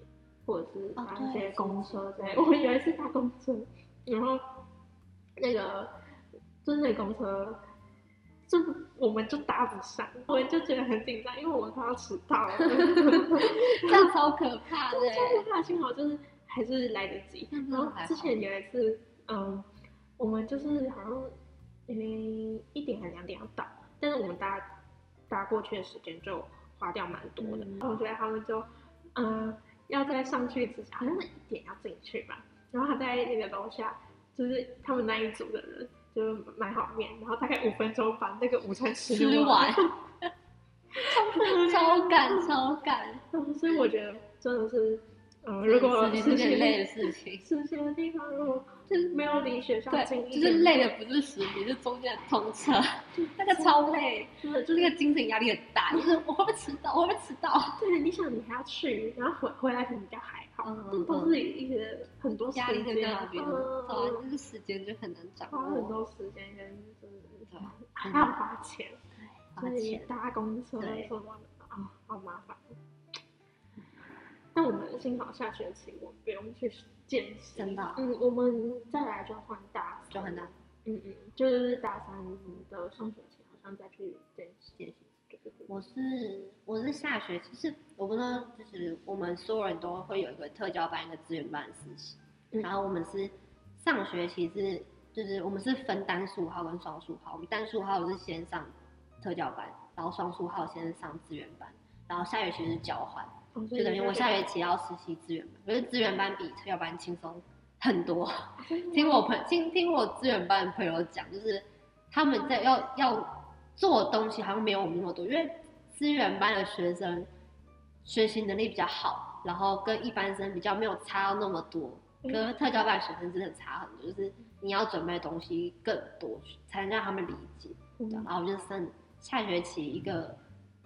[SPEAKER 1] 或者是
[SPEAKER 2] 哦
[SPEAKER 1] 搭一些公车之类的。
[SPEAKER 2] 哦对
[SPEAKER 1] 我们有一次搭公车，然后那个就是那个公车，就我们就搭不上，我们就觉得很紧张，因为我们快要迟到了。
[SPEAKER 2] 这样超可怕的。欸
[SPEAKER 1] 但是他幸好就是还是来得及。
[SPEAKER 2] 那真
[SPEAKER 1] 然
[SPEAKER 2] 的
[SPEAKER 1] 后
[SPEAKER 2] 嗯还好
[SPEAKER 1] 之前有一次，嗯，我们就是好像嗯一点还两点要到，但是我们搭搭过去的时间就花掉蛮多的。
[SPEAKER 2] 嗯
[SPEAKER 1] 然后我觉得他们就嗯要在上去之前，好像是一点要进去吧。然后他在那个楼下，就是他们那一组的人，就是买好面，然后大概五分钟把那个午餐
[SPEAKER 2] 吃
[SPEAKER 1] 完
[SPEAKER 2] 完。超赶超赶，
[SPEAKER 1] 所以我觉得真的是，嗯、如果
[SPEAKER 2] 这是
[SPEAKER 1] 实
[SPEAKER 2] 件
[SPEAKER 1] 习
[SPEAKER 2] 累的事情。
[SPEAKER 1] 实习的地方，如果就是没有离学校近
[SPEAKER 2] 对，
[SPEAKER 1] 一
[SPEAKER 2] 就
[SPEAKER 1] 点，
[SPEAKER 2] 是累的不是实习，是中间的通车， 那个超累，
[SPEAKER 1] 真的就
[SPEAKER 2] 就是那个精神压力很大，就是 我会不会迟到，我会不会迟到，
[SPEAKER 1] 对，你想你还要去，然后回回来可能比较还好，
[SPEAKER 2] 嗯
[SPEAKER 1] 这都是一些很多时
[SPEAKER 2] 压力在
[SPEAKER 1] 间，
[SPEAKER 2] 那边，
[SPEAKER 1] 嗯
[SPEAKER 2] 对，那个时间就很难掌
[SPEAKER 1] 花很
[SPEAKER 2] 握，
[SPEAKER 1] 多时间跟就是
[SPEAKER 2] 对吧？
[SPEAKER 1] 还要花钱，
[SPEAKER 2] 花
[SPEAKER 1] 所以
[SPEAKER 2] 钱，
[SPEAKER 1] 搭公车
[SPEAKER 2] 对
[SPEAKER 1] 什么的啊，好麻烦。那我们幸好下学期我不用去见习，
[SPEAKER 2] 真的啊
[SPEAKER 1] 嗯，我们再来就换大三
[SPEAKER 2] 就很难，
[SPEAKER 1] 嗯嗯，就是大三的上学期好像再去见习，
[SPEAKER 2] 谢谢。
[SPEAKER 1] 对对对，
[SPEAKER 2] 我是我是下学期，就是我不知道，就是我们所有人都会有一个特教班、一个资源班的实习，
[SPEAKER 1] 嗯
[SPEAKER 2] 然后我们是上学期是就是我们是分单数号跟双数号，我们单数号是先上特教班，然后双数号先上资源班，然后下学期是交换，
[SPEAKER 1] 哦所以
[SPEAKER 2] 就等于
[SPEAKER 1] 你
[SPEAKER 2] 我
[SPEAKER 1] 就
[SPEAKER 2] 下学期要实习资源班，可是资源班比特教班轻松很多。
[SPEAKER 1] 真的
[SPEAKER 2] 听我朋听听我资源班的朋友讲，就是他们在要要做的东西好像没有我们那么多，因为资源班的学生学习能力比较好，然后跟一般生比较没有差到那么多。可
[SPEAKER 1] 嗯
[SPEAKER 2] 是特教班的学生真的差很多，就是你要准备的东西更多，才能让他们理解。
[SPEAKER 1] 嗯
[SPEAKER 2] 然后我就上下学期一个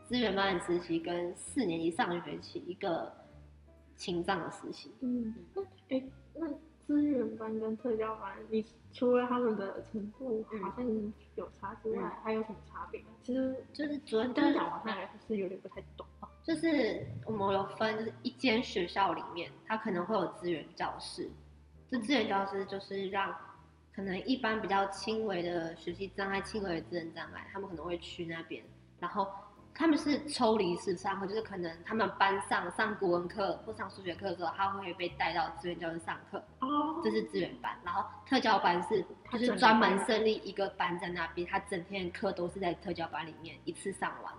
[SPEAKER 2] 资源班的实习，跟四年级上学期一个情障的实习。
[SPEAKER 1] 嗯，那哎，那资源班跟特教班，你除了他们的程度好
[SPEAKER 2] 嗯
[SPEAKER 1] 像有差之外，还有什么差别吗？其实
[SPEAKER 2] 就是主任
[SPEAKER 1] 这样
[SPEAKER 2] 班
[SPEAKER 1] 讲，我好像还是有点不太懂。
[SPEAKER 2] 就是我们有分，就是一间学校里面，它可能会有资源教室。这资源教室就是让可能一般比较轻微的学习障碍、轻微的智能障碍，他们可能会去那边。然后他们是抽离式上课，就是可能他们班上上国文课或上数学课的时候，他会被带到资源教室上课，
[SPEAKER 1] 哦
[SPEAKER 2] 这是资源班。然后特教班是
[SPEAKER 1] 它
[SPEAKER 2] 就是
[SPEAKER 1] 整个
[SPEAKER 2] 专门
[SPEAKER 1] 班
[SPEAKER 2] 设立一个班在那边，他整天的课都是在特教班里面一次上完。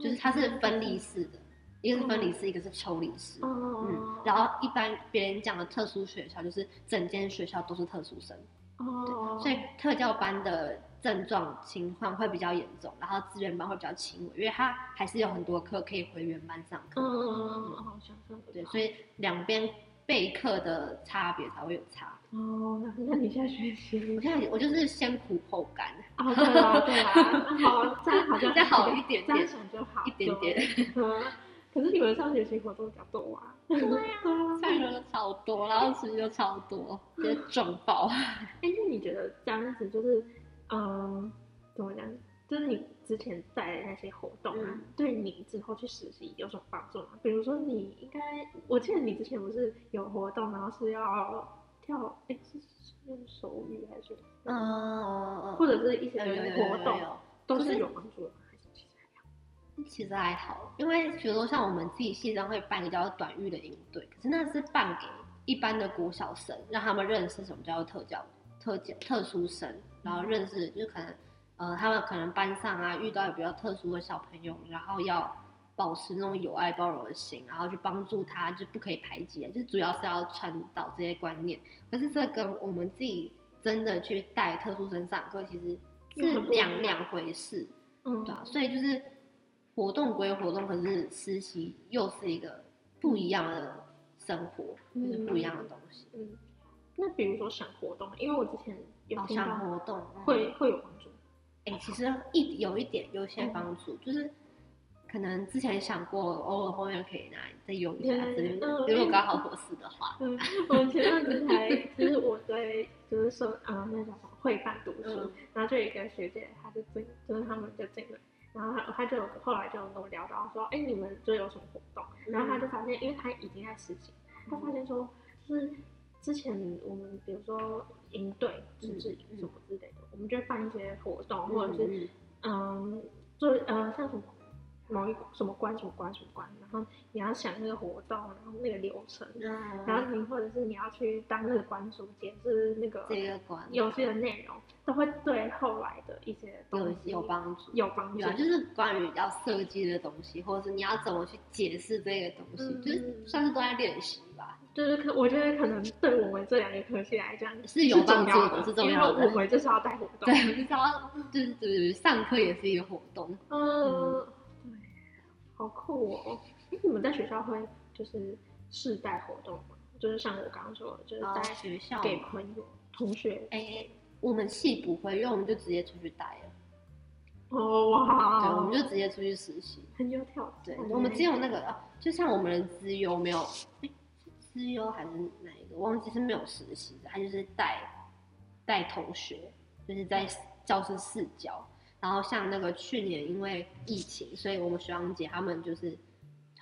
[SPEAKER 2] 就是它是分离。式的，一个是分离式，一个是抽离式。
[SPEAKER 1] 哦，
[SPEAKER 2] 嗯，然后一般别人讲的特殊学校，就是整间学校都是特殊生，
[SPEAKER 1] 哦，
[SPEAKER 2] 所以特教班的症状情况会比较严重，然后资源班会比较轻微，因为它还是有很多课可以回原班上课。
[SPEAKER 1] 嗯嗯嗯嗯，好想象
[SPEAKER 2] 对，所以两边备课的差别才会有差。
[SPEAKER 1] 以哦，那那你现在学
[SPEAKER 2] 我
[SPEAKER 1] 习
[SPEAKER 2] 现在我就是先苦后甘，
[SPEAKER 1] 哦，对啦对啦，好，这样好像
[SPEAKER 2] 再好一点
[SPEAKER 1] 这样
[SPEAKER 2] 点，
[SPEAKER 1] 想就好
[SPEAKER 2] 一点。点。
[SPEAKER 1] 对嗯，可是你们上学期活动比较多啊。对啊
[SPEAKER 2] 上学都超多，然后实习又超多，直接撞爆。
[SPEAKER 1] 哎、那你觉得这样子就是，嗯，怎么讲？就是你之前在的那些活动啊，
[SPEAKER 2] 嗯
[SPEAKER 1] 对你之后去实习有什么帮助吗？比如说，你应该，我记得你之前不是有活动，然后是要跳，哎、是是用手语还是什么？
[SPEAKER 2] 嗯嗯嗯，
[SPEAKER 1] 或者是一些
[SPEAKER 2] 有有有
[SPEAKER 1] 活
[SPEAKER 2] 有有
[SPEAKER 1] 动
[SPEAKER 2] 有，
[SPEAKER 1] 都
[SPEAKER 2] 可
[SPEAKER 1] 是
[SPEAKER 2] 是
[SPEAKER 1] 有帮助的吗？还是其实还好？
[SPEAKER 2] 其实还好，因为比如说像我们自己系上会办一个叫短域的营队，可是那是办给一般的国小生，让他们认识什么叫做特教、特教、特殊生，然后认识就可能呃他们可能班上啊遇到有比较特殊的小朋友，然后要保持那种友爱包容的心，然后去帮助他，就不可以排挤，啊就主要是要传导这些观念。可是这跟我们自己真的去带特殊生上课，其实
[SPEAKER 1] 又
[SPEAKER 2] 是
[SPEAKER 1] 很不一
[SPEAKER 2] 两
[SPEAKER 1] 样
[SPEAKER 2] 两回事。
[SPEAKER 1] 嗯
[SPEAKER 2] 对啊，所以就是活动归活动，可是实习又是一个不一样的生活，就是不一样的东西。
[SPEAKER 1] 嗯，那比如说想活动，因为我之前有
[SPEAKER 2] 好
[SPEAKER 1] 听到
[SPEAKER 2] 像活动嗯
[SPEAKER 1] 会、会有帮助。
[SPEAKER 2] 哎、其实一有一点有一些帮助，就是可能之前想过，偶尔后面可以拿来再用一下
[SPEAKER 1] 对
[SPEAKER 2] 之类的。
[SPEAKER 1] 嗯
[SPEAKER 2] 如果刚好合适的话，
[SPEAKER 1] 嗯，我前阵子才，就是我对，就是说，啊，那叫什么会办读书，
[SPEAKER 2] 嗯
[SPEAKER 1] 然后就有一个学姐，她就进，就是他们就进来，然后她她就后来就跟我聊到说，哎、你们就有什么活动？ 然
[SPEAKER 2] 嗯
[SPEAKER 1] 后她就发现，因为她已经在实习，她发现说，就是之前我们比如说营队、自治营
[SPEAKER 2] 嗯
[SPEAKER 1] 什么之类的，我们就会办一些活动，或者是
[SPEAKER 2] 嗯
[SPEAKER 1] 嗯，做呃像什么某一个什么关什么关什么关，然后你要想那个活动，然后那个流程，
[SPEAKER 2] 嗯，
[SPEAKER 1] 然后你或者是你要去当那个关注解释那个
[SPEAKER 2] 这个关
[SPEAKER 1] 游戏的内容，都会对后来的一些东
[SPEAKER 2] 有
[SPEAKER 1] 西
[SPEAKER 2] 有帮助。
[SPEAKER 1] 有帮
[SPEAKER 2] 对
[SPEAKER 1] 助
[SPEAKER 2] 啊，。就是关于要设计的东西，或者是你要怎么去解释这个东西，
[SPEAKER 1] 嗯
[SPEAKER 2] 就是算是都在练习吧。
[SPEAKER 1] 就是可我觉得可能对我们这两个科系来讲
[SPEAKER 2] 是有帮助的
[SPEAKER 1] 的，
[SPEAKER 2] 是重要的
[SPEAKER 1] 因为我们就是要带活动。
[SPEAKER 2] 对，不知道就是就是上课也是一个活动，
[SPEAKER 1] 嗯，对，好酷哦！诶你们在学校会就是世代活动吗？就是像我刚刚说的，就是
[SPEAKER 2] 然后
[SPEAKER 1] 带
[SPEAKER 2] 呃学校
[SPEAKER 1] 给
[SPEAKER 2] 嘛
[SPEAKER 1] 朋友、同学。
[SPEAKER 2] 哎、我们系不会，因为我们就直接出去待了，
[SPEAKER 1] 哦哇！
[SPEAKER 2] 对，我们就直接出去实习。
[SPEAKER 1] 很有挑
[SPEAKER 2] 对
[SPEAKER 1] 战欸。，
[SPEAKER 2] 我们只有那个，啊就像我们的资优没有，哎是资优还是哪一个，忘记是没有实习的，他就是带带同学，就是在教室试教。然后像那个去年因为疫情，所以我们学长姐他们就是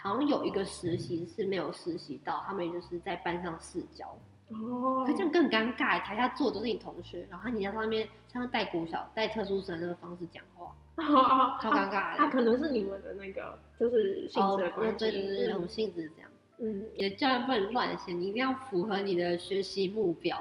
[SPEAKER 2] 好像有一个实习是没有实习到，他们也就是在班上试教。
[SPEAKER 1] 哦
[SPEAKER 2] 可，这样更尴尬，台下坐的都是你同学，然后你在上面像带国小带特殊生那个方式讲话，
[SPEAKER 1] 哦哦，
[SPEAKER 2] 超尴尬的。
[SPEAKER 1] 他可能是你们的那个就是性
[SPEAKER 2] 哦
[SPEAKER 1] 质的，
[SPEAKER 2] 对
[SPEAKER 1] 关系。
[SPEAKER 2] 对对对，我们性质是这样。
[SPEAKER 1] 嗯，
[SPEAKER 2] 你的教练不能乱写，你一定要符合你的学习目标。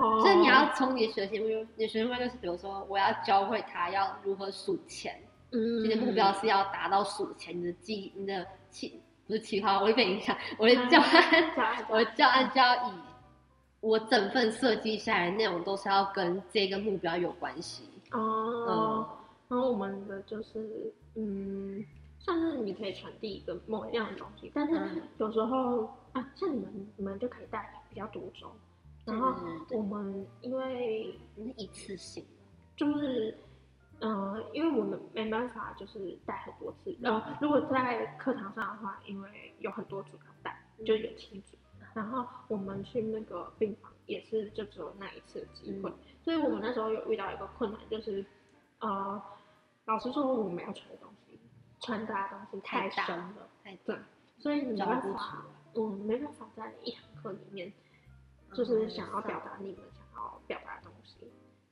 [SPEAKER 1] 哦，
[SPEAKER 2] 所以你要从你的学习目标，你的学习目标就是比如说，我要教会他要如何数钱，
[SPEAKER 1] 嗯，
[SPEAKER 2] 你的目标是要达到数钱，你的计，你的计不是计划，我会被影响。我的
[SPEAKER 1] 嗯
[SPEAKER 2] 教 案，
[SPEAKER 1] 加
[SPEAKER 2] 我的教案就要以我整份设计下来的内容都是要跟这个目标有关系。
[SPEAKER 1] 哦
[SPEAKER 2] 嗯，，
[SPEAKER 1] 然后我们的就是，嗯，算是你可以传递一个某一样的东西，但是
[SPEAKER 2] 嗯
[SPEAKER 1] 有时候啊，像你们，你们就可以带比较多种，然后
[SPEAKER 2] 对对对
[SPEAKER 1] 我们因为
[SPEAKER 2] 你嗯是一次性的。
[SPEAKER 1] 就是，呃，因为我们没办法就是带很多次，呃，如果在课堂上的话，因为有很多组要带，就有七组，然后我们去那个病房也是就只有那一次的机会，
[SPEAKER 2] 嗯
[SPEAKER 1] 所以我们那时候有遇到一个困难，就是，呃，老师说我们要穿的东西，穿搭的东西
[SPEAKER 2] 太
[SPEAKER 1] 太
[SPEAKER 2] 大
[SPEAKER 1] 深了，
[SPEAKER 2] 太
[SPEAKER 1] 对，所以你没
[SPEAKER 2] 照
[SPEAKER 1] 办
[SPEAKER 2] 顾出
[SPEAKER 1] 法，我们没办法在一堂课里面，
[SPEAKER 2] 嗯
[SPEAKER 1] 就是想要表达你们想要表达的东西，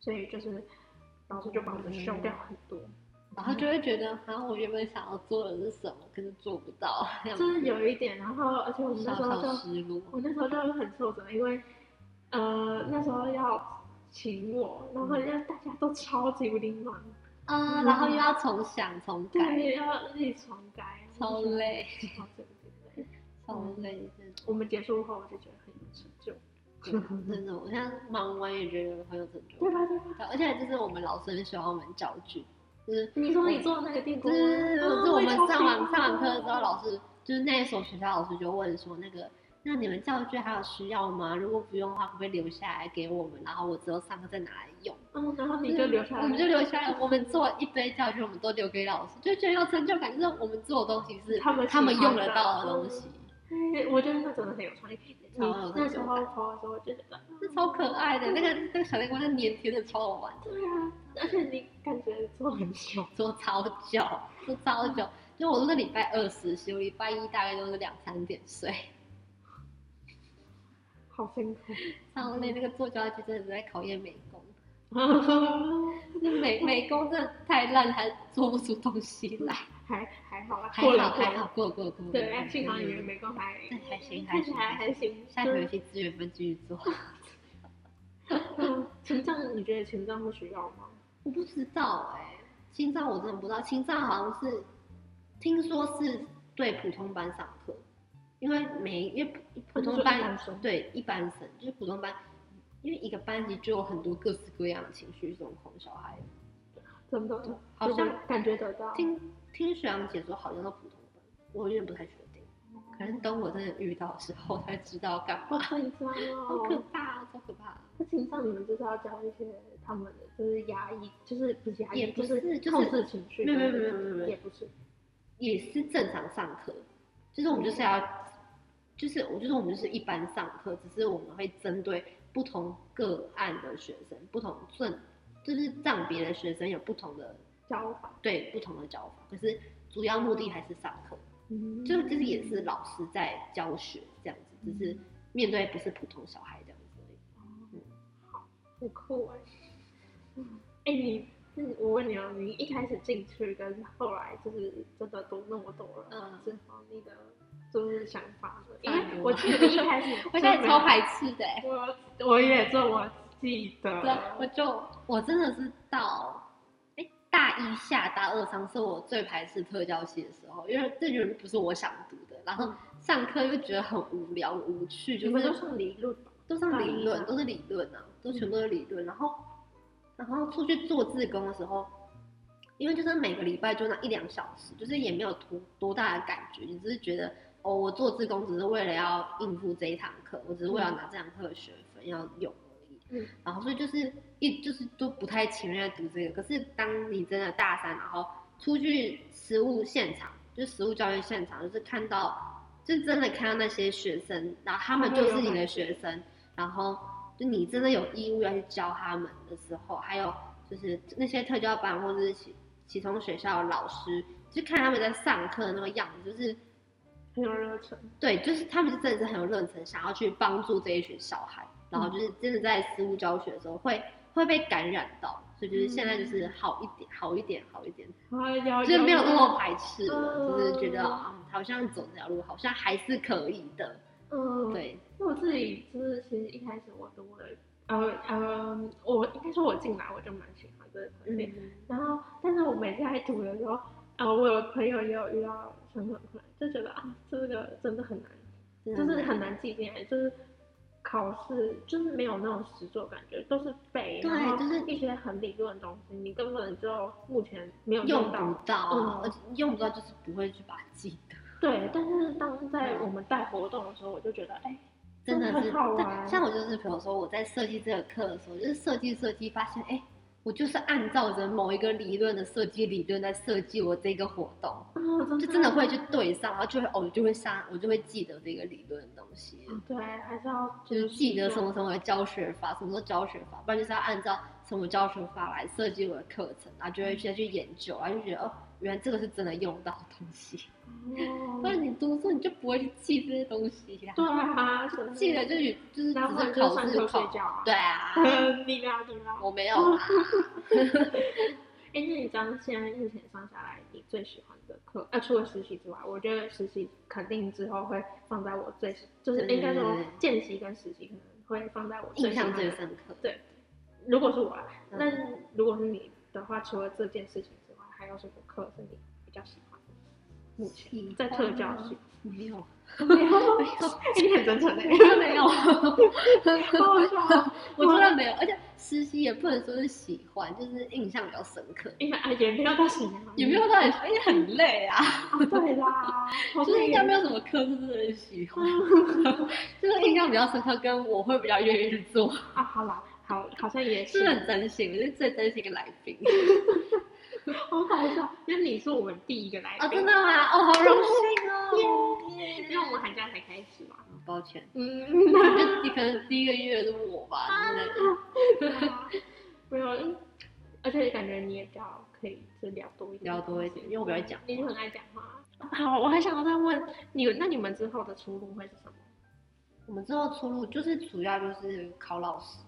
[SPEAKER 1] 所以就是老师就把我们修掉很多，
[SPEAKER 2] 然后就会觉得，好像我原本想要做的是什么，可是做不到，这样
[SPEAKER 1] 就是有一点，然后而且我们那
[SPEAKER 2] 小
[SPEAKER 1] 时候
[SPEAKER 2] 小
[SPEAKER 1] 就，
[SPEAKER 2] 失落。
[SPEAKER 1] 我那时候就很挫折，因为呃那时候要请我，然
[SPEAKER 2] 嗯
[SPEAKER 1] 后要大家都超级无敌忙，
[SPEAKER 2] 啊，然后又要重想重改，
[SPEAKER 1] 对，要一直重改，
[SPEAKER 2] 超，累，
[SPEAKER 1] 超级无敌累。
[SPEAKER 2] 超累，真
[SPEAKER 1] 我们结束后，我就觉得很有成就，
[SPEAKER 2] 的，真的，我现在忙完也觉得很有成就
[SPEAKER 1] 对吧？
[SPEAKER 2] 感。
[SPEAKER 1] 对吧？
[SPEAKER 2] 而且就是我们老师很喜欢我们教具，就是
[SPEAKER 1] 你说你做的那个电锅，嗯
[SPEAKER 2] 就是
[SPEAKER 1] 哦
[SPEAKER 2] 就是我们
[SPEAKER 1] 超
[SPEAKER 2] 上完
[SPEAKER 1] 喜欢
[SPEAKER 2] 上完课之后，老师就是那一所学校老师就问说那个。那你们教具还有需要吗？如果不用的话，可不可以留下来给我们？然后我之后上课再拿来用。
[SPEAKER 1] 嗯，然后你就留下来，
[SPEAKER 2] 我们就留下来。我们做一堆教具，我们都留给老师，就觉得有成就感，就是我们做的东西是
[SPEAKER 1] 他们喜
[SPEAKER 2] 他
[SPEAKER 1] 欢的嗯
[SPEAKER 2] 们用得到的东西，
[SPEAKER 1] 哎我觉得那真的很有创意。你
[SPEAKER 2] 超有
[SPEAKER 1] 那
[SPEAKER 2] 成
[SPEAKER 1] 时
[SPEAKER 2] 就
[SPEAKER 1] 候
[SPEAKER 2] 感
[SPEAKER 1] PO 的时候，我就觉得，
[SPEAKER 2] 这超可爱的。那个那个小灵光，那粘贴的超好玩，
[SPEAKER 1] 对啊，而且你感觉做很久，
[SPEAKER 2] 做超久，做超久。就我都是礼拜二实习，我礼拜一大概都是两三点睡，
[SPEAKER 1] 好辛苦。
[SPEAKER 2] 超累。那个做家具真的是在考验美工，就是美美工真的太烂，还做不出东西来。
[SPEAKER 1] 还还好啦，
[SPEAKER 2] 还
[SPEAKER 1] 过
[SPEAKER 2] 好
[SPEAKER 1] 了
[SPEAKER 2] 还好，
[SPEAKER 1] 过了
[SPEAKER 2] 过过过。
[SPEAKER 1] 对，啊幸好你们
[SPEAKER 2] 嗯
[SPEAKER 1] 没空还
[SPEAKER 2] 对还行
[SPEAKER 1] 看
[SPEAKER 2] 还
[SPEAKER 1] 起
[SPEAKER 2] 行
[SPEAKER 1] 来还行。
[SPEAKER 2] 下
[SPEAKER 1] 就
[SPEAKER 2] 学期资源分继续做。
[SPEAKER 1] 嗯，情障你觉得情障会需要吗？
[SPEAKER 2] 我不知道哎、青藏我真的不知道，青藏好像是听说是对普通班上课，因为每因为普普通
[SPEAKER 1] 他
[SPEAKER 2] 班
[SPEAKER 1] 们说一般生
[SPEAKER 2] 对一般生就是普通班，因为一个班级就有很多各式各样的情绪这种哄小孩，
[SPEAKER 1] 真的，
[SPEAKER 2] 好像
[SPEAKER 1] 就是感觉得到。
[SPEAKER 2] 听听学长姐说好像都普通班，我有点不太确定，可能等我真的遇到的时候才知道干
[SPEAKER 1] 好
[SPEAKER 2] 嘛，
[SPEAKER 1] 紧张
[SPEAKER 2] 好可
[SPEAKER 1] 哦！
[SPEAKER 2] 怕，超可怕。
[SPEAKER 1] 那情障你们就是要教一些他们的，就是压抑，就是不是压抑，
[SPEAKER 2] 也不是就是
[SPEAKER 1] 控制情绪。
[SPEAKER 2] 没有没有没有没有没有
[SPEAKER 1] 也不是。
[SPEAKER 2] 也是正常上课，就是我们就是要，就是我就是我们就是一般上课，只是我们会针对不同个案的学生，不同正就是障别的学生有不同的
[SPEAKER 1] 教法，
[SPEAKER 2] 对不同的教法，可是主要目的还是上课，
[SPEAKER 1] 嗯
[SPEAKER 2] 就就是也是老师在教学这样子，只是面对不是普通小孩这样子而已。
[SPEAKER 1] 啊哦，好，很酷哎、嗯，哎、你那你我问你哦，你一开始进去跟后来就是真的读那么多了，
[SPEAKER 2] 嗯
[SPEAKER 1] 之后你的就是想法呢？因
[SPEAKER 2] 差很
[SPEAKER 1] 为
[SPEAKER 2] 多，
[SPEAKER 1] 我记得一开始
[SPEAKER 2] 我现在超排斥的、欸，
[SPEAKER 1] 我我也这么记得，
[SPEAKER 2] 对，啊我就我真的是到哎、大一下大二上是我最排斥特教系的时候，因为这原本不是我想读的，然后上课又觉得很无聊无趣，
[SPEAKER 1] 你
[SPEAKER 2] 就
[SPEAKER 1] 们
[SPEAKER 2] 是
[SPEAKER 1] 都上理论吧？
[SPEAKER 2] 都上理
[SPEAKER 1] 大一啊
[SPEAKER 2] 论，都是理论啊，都全部都是理论。然后，然后出去做志工的时候，因为就是每个礼拜就那一两小时，就是也没有多多大的感觉，你只是觉得哦，我做志工只是为了要应付这一堂课，我只是为了拿这堂课的学分要用而已。
[SPEAKER 1] 嗯
[SPEAKER 2] 然后所以就是一就是都不太情愿读这个。可是当你真的大三，然后出去实务现场，就是实务教育现场，就是看到，就真的看到那些学生，然后他们就是你的学生，然后就你真的有义务要去教他们的时候，还有就是那些特教班或者是其其中学校的老师，就看他们在上课的那个样子，就是
[SPEAKER 1] 很有热忱，
[SPEAKER 2] 对，就是他们是真的是很有热忱，想要去帮助这一群小孩，然后就是真的在实物教学的时候会会被感染到，所以就是现在就是好一点，好一点，嗯好一点，
[SPEAKER 1] 然后要
[SPEAKER 2] 就是没有那么排斥了，
[SPEAKER 1] 嗯
[SPEAKER 2] 就是觉得嗯，好像走这条路好像还是可以的，
[SPEAKER 1] 嗯，。
[SPEAKER 2] 对，
[SPEAKER 1] 因为我自己就是其实一开始我读了，呃呃，我应该说我进来我就蛮喜欢这个科系，
[SPEAKER 2] 嗯，
[SPEAKER 1] 然后但是我每次在读的时候，呃，我有朋友也有遇到相同困难，就觉得啊这个真的很难，
[SPEAKER 2] 就
[SPEAKER 1] 就是很难记进来，就是。考试就是没有那种实作感觉，都是背，
[SPEAKER 2] 对
[SPEAKER 1] 然后
[SPEAKER 2] 就是
[SPEAKER 1] 一些很理论的东西，你根本就目前没有
[SPEAKER 2] 用
[SPEAKER 1] 到
[SPEAKER 2] 不。到啊
[SPEAKER 1] 嗯，
[SPEAKER 2] 而且用不到就是不会去把它记得，
[SPEAKER 1] 对，但是当在我们带活动的时候，我就觉得，哎、
[SPEAKER 2] 真的是
[SPEAKER 1] 很好，
[SPEAKER 2] 但
[SPEAKER 1] 玩。
[SPEAKER 2] 像我就是比如说我在设计这个课的时候，就是设计设计发现，哎、我就是按照着某一个理论的设计理论在设计我这个活动，
[SPEAKER 1] 嗯，真
[SPEAKER 2] 就真的会去对上，然后就会哦，就会上，我就会记得这个理论的东西。
[SPEAKER 1] 对，还是要
[SPEAKER 2] 就是记得什
[SPEAKER 1] 么。
[SPEAKER 2] 么什么的教学法，什么时候教学法，不然就是要按照什么教学法来设计我的课程，然后就
[SPEAKER 1] 嗯
[SPEAKER 2] 会先去研究，然后就觉得哦，原来这个是真的用到的东西。
[SPEAKER 1] 哦
[SPEAKER 2] 不然你读书你就不会去记这些东西呀、
[SPEAKER 1] 对啊，什么
[SPEAKER 2] 记得就是就是
[SPEAKER 1] 然后
[SPEAKER 2] 只是
[SPEAKER 1] 就
[SPEAKER 2] 考
[SPEAKER 1] 上
[SPEAKER 2] 试
[SPEAKER 1] 课
[SPEAKER 2] 考
[SPEAKER 1] 睡，觉啊。
[SPEAKER 2] 对啊，
[SPEAKER 1] 你啦你啦。
[SPEAKER 2] 我没有
[SPEAKER 1] 哦
[SPEAKER 2] 啦。
[SPEAKER 1] 哎，那你这样现在目前上下来，你最喜欢的课，呃，除了实习之外，我觉得实习肯定之后会放在我最，就是
[SPEAKER 2] 对
[SPEAKER 1] 应该
[SPEAKER 2] 对
[SPEAKER 1] 说
[SPEAKER 2] 对
[SPEAKER 1] 见习跟实习可能会放在我最
[SPEAKER 2] 嗯印
[SPEAKER 1] 喜欢
[SPEAKER 2] 象
[SPEAKER 1] 的
[SPEAKER 2] 最。深刻。
[SPEAKER 1] 对，如果是我啦，
[SPEAKER 2] 嗯
[SPEAKER 1] 但如果是你的话，除了这件事情之外，还有什么课是你比较喜欢的？目前
[SPEAKER 2] 喜
[SPEAKER 1] 在特
[SPEAKER 2] 欢
[SPEAKER 1] 教
[SPEAKER 2] 吗
[SPEAKER 1] 系，
[SPEAKER 2] 哦没有，哎
[SPEAKER 1] 没有， 你很真诚的，
[SPEAKER 2] 没 有，
[SPEAKER 1] 好好笑哦。
[SPEAKER 2] 我真的没有。而且实习也不能说是喜欢，就是印象比较深刻，
[SPEAKER 1] 因为啊，也没有到什么，
[SPEAKER 2] 也没有到很，而且很累啊。
[SPEAKER 1] 啊，对啦，嗯好
[SPEAKER 2] 就是
[SPEAKER 1] 累嗯
[SPEAKER 2] 应该没有什么科是真的喜欢， 就是印象比较深刻，跟我会比较愿意去做，
[SPEAKER 1] 啊，好啦，好，好像也
[SPEAKER 2] 是
[SPEAKER 1] 是，
[SPEAKER 2] 很真心，我是最真心的来 宾。
[SPEAKER 1] 好搞笑，因为你是我们第一个来
[SPEAKER 2] 哦，
[SPEAKER 1] 宾
[SPEAKER 2] 真的，吗？哦，好荣幸哦。
[SPEAKER 1] 因为我们寒假才开始嘛，
[SPEAKER 2] 嗯抱歉，
[SPEAKER 1] 嗯，
[SPEAKER 2] 就 你可能第一个月是我吧，之类的
[SPEAKER 1] 啊没有，嗯而且感觉你也比较可以就聊多一点，
[SPEAKER 2] 聊多一点因为我比较讲话
[SPEAKER 1] 你就很爱讲话。好，我还想要再问你，那你们之后的出路会是什么？
[SPEAKER 2] 我们之后出路就是主要就是考老师，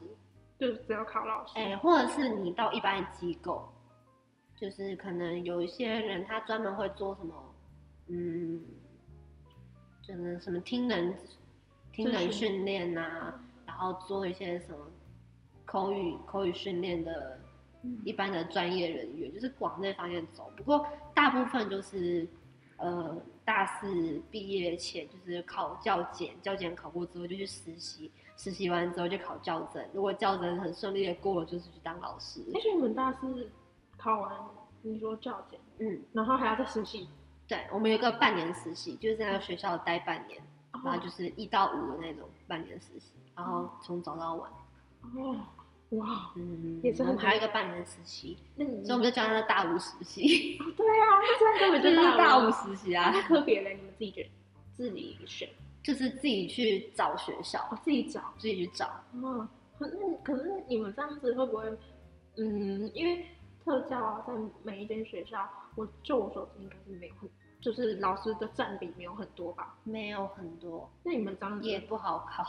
[SPEAKER 1] 就是只要考老师，
[SPEAKER 2] 哎、或者是你到一般的机构，就是可能有一些人他专门会做什么，嗯，就是什么听人听人
[SPEAKER 1] 咨询
[SPEAKER 2] 训练
[SPEAKER 1] 嗯
[SPEAKER 2] 呐，然后做一些什么口语口语训练的
[SPEAKER 1] 嗯
[SPEAKER 2] 一般的专业人员，就是往那方面走。不过大部分就是呃大四毕业前就是考教检，教检考过之后就去实习，实习完之后就考教甄，如果教甄很顺利的过了，就是去当老师。
[SPEAKER 1] 但是你们大四考完，你说教检，
[SPEAKER 2] 嗯，
[SPEAKER 1] 然后还要再实习，
[SPEAKER 2] 对，我们有个半年实习，就是在那个学校待半年，
[SPEAKER 1] 哦
[SPEAKER 2] 然后就是一到五的那种半年实习，然后从早到晚。
[SPEAKER 1] 哦，哇，
[SPEAKER 2] 嗯，
[SPEAKER 1] 也是
[SPEAKER 2] 我
[SPEAKER 1] 很
[SPEAKER 2] 们还有一个半年实习，
[SPEAKER 1] 那你
[SPEAKER 2] 所以我们就叫它大五实习，
[SPEAKER 1] 对 啊，这根本
[SPEAKER 2] 就是
[SPEAKER 1] 是
[SPEAKER 2] 大五
[SPEAKER 1] 五，
[SPEAKER 2] 实习啊，
[SPEAKER 1] 特别嘞，你们自己选，自己选，
[SPEAKER 2] 就是自己去找学校，
[SPEAKER 1] 哦，自己找。
[SPEAKER 2] 自己去找。
[SPEAKER 1] 哦，可那可是你们这样子会不会，嗯，因为特教啊，在每一间学校，我就我所知应该是没有很，就是老师的占比没有很多吧？
[SPEAKER 2] 没有很多，
[SPEAKER 1] 那你们这样子
[SPEAKER 2] 也不好考，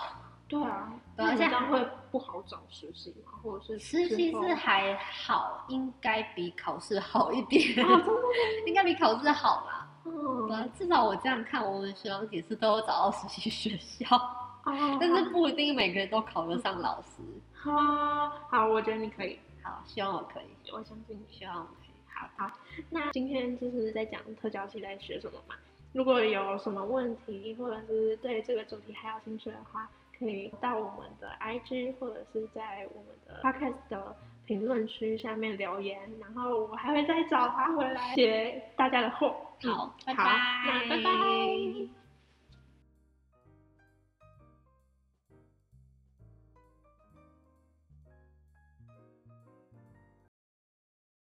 [SPEAKER 1] 对啊，那
[SPEAKER 2] 对而
[SPEAKER 1] 你
[SPEAKER 2] 且
[SPEAKER 1] 这样会不好找实习吗？或者是哦
[SPEAKER 2] 实
[SPEAKER 1] 之
[SPEAKER 2] 习
[SPEAKER 1] 后
[SPEAKER 2] 是还好，应该比考试好一点，
[SPEAKER 1] 啊，真的吗，
[SPEAKER 2] 应该比考试好啦。
[SPEAKER 1] 嗯，
[SPEAKER 2] 至少我这样看，我们学长姐是都有找到实习学校，
[SPEAKER 1] 啊，
[SPEAKER 2] 但是不一定每个人都考得上老师。
[SPEAKER 1] 好啊，好，我觉得你可以，
[SPEAKER 2] 好，希望我可以，
[SPEAKER 1] 我相信你。
[SPEAKER 2] 希望我可以。
[SPEAKER 1] 好好，那今天就是在讲特教系在学什么嘛。如果有什么问题，或者是对这个主题还有兴趣的话，可以到我们的 IG 或者是在我们的 Podcast 的评论区下面留言，然后我还会再找他回来解大家的惑。嗯
[SPEAKER 2] 好，拜
[SPEAKER 1] 好，那拜拜。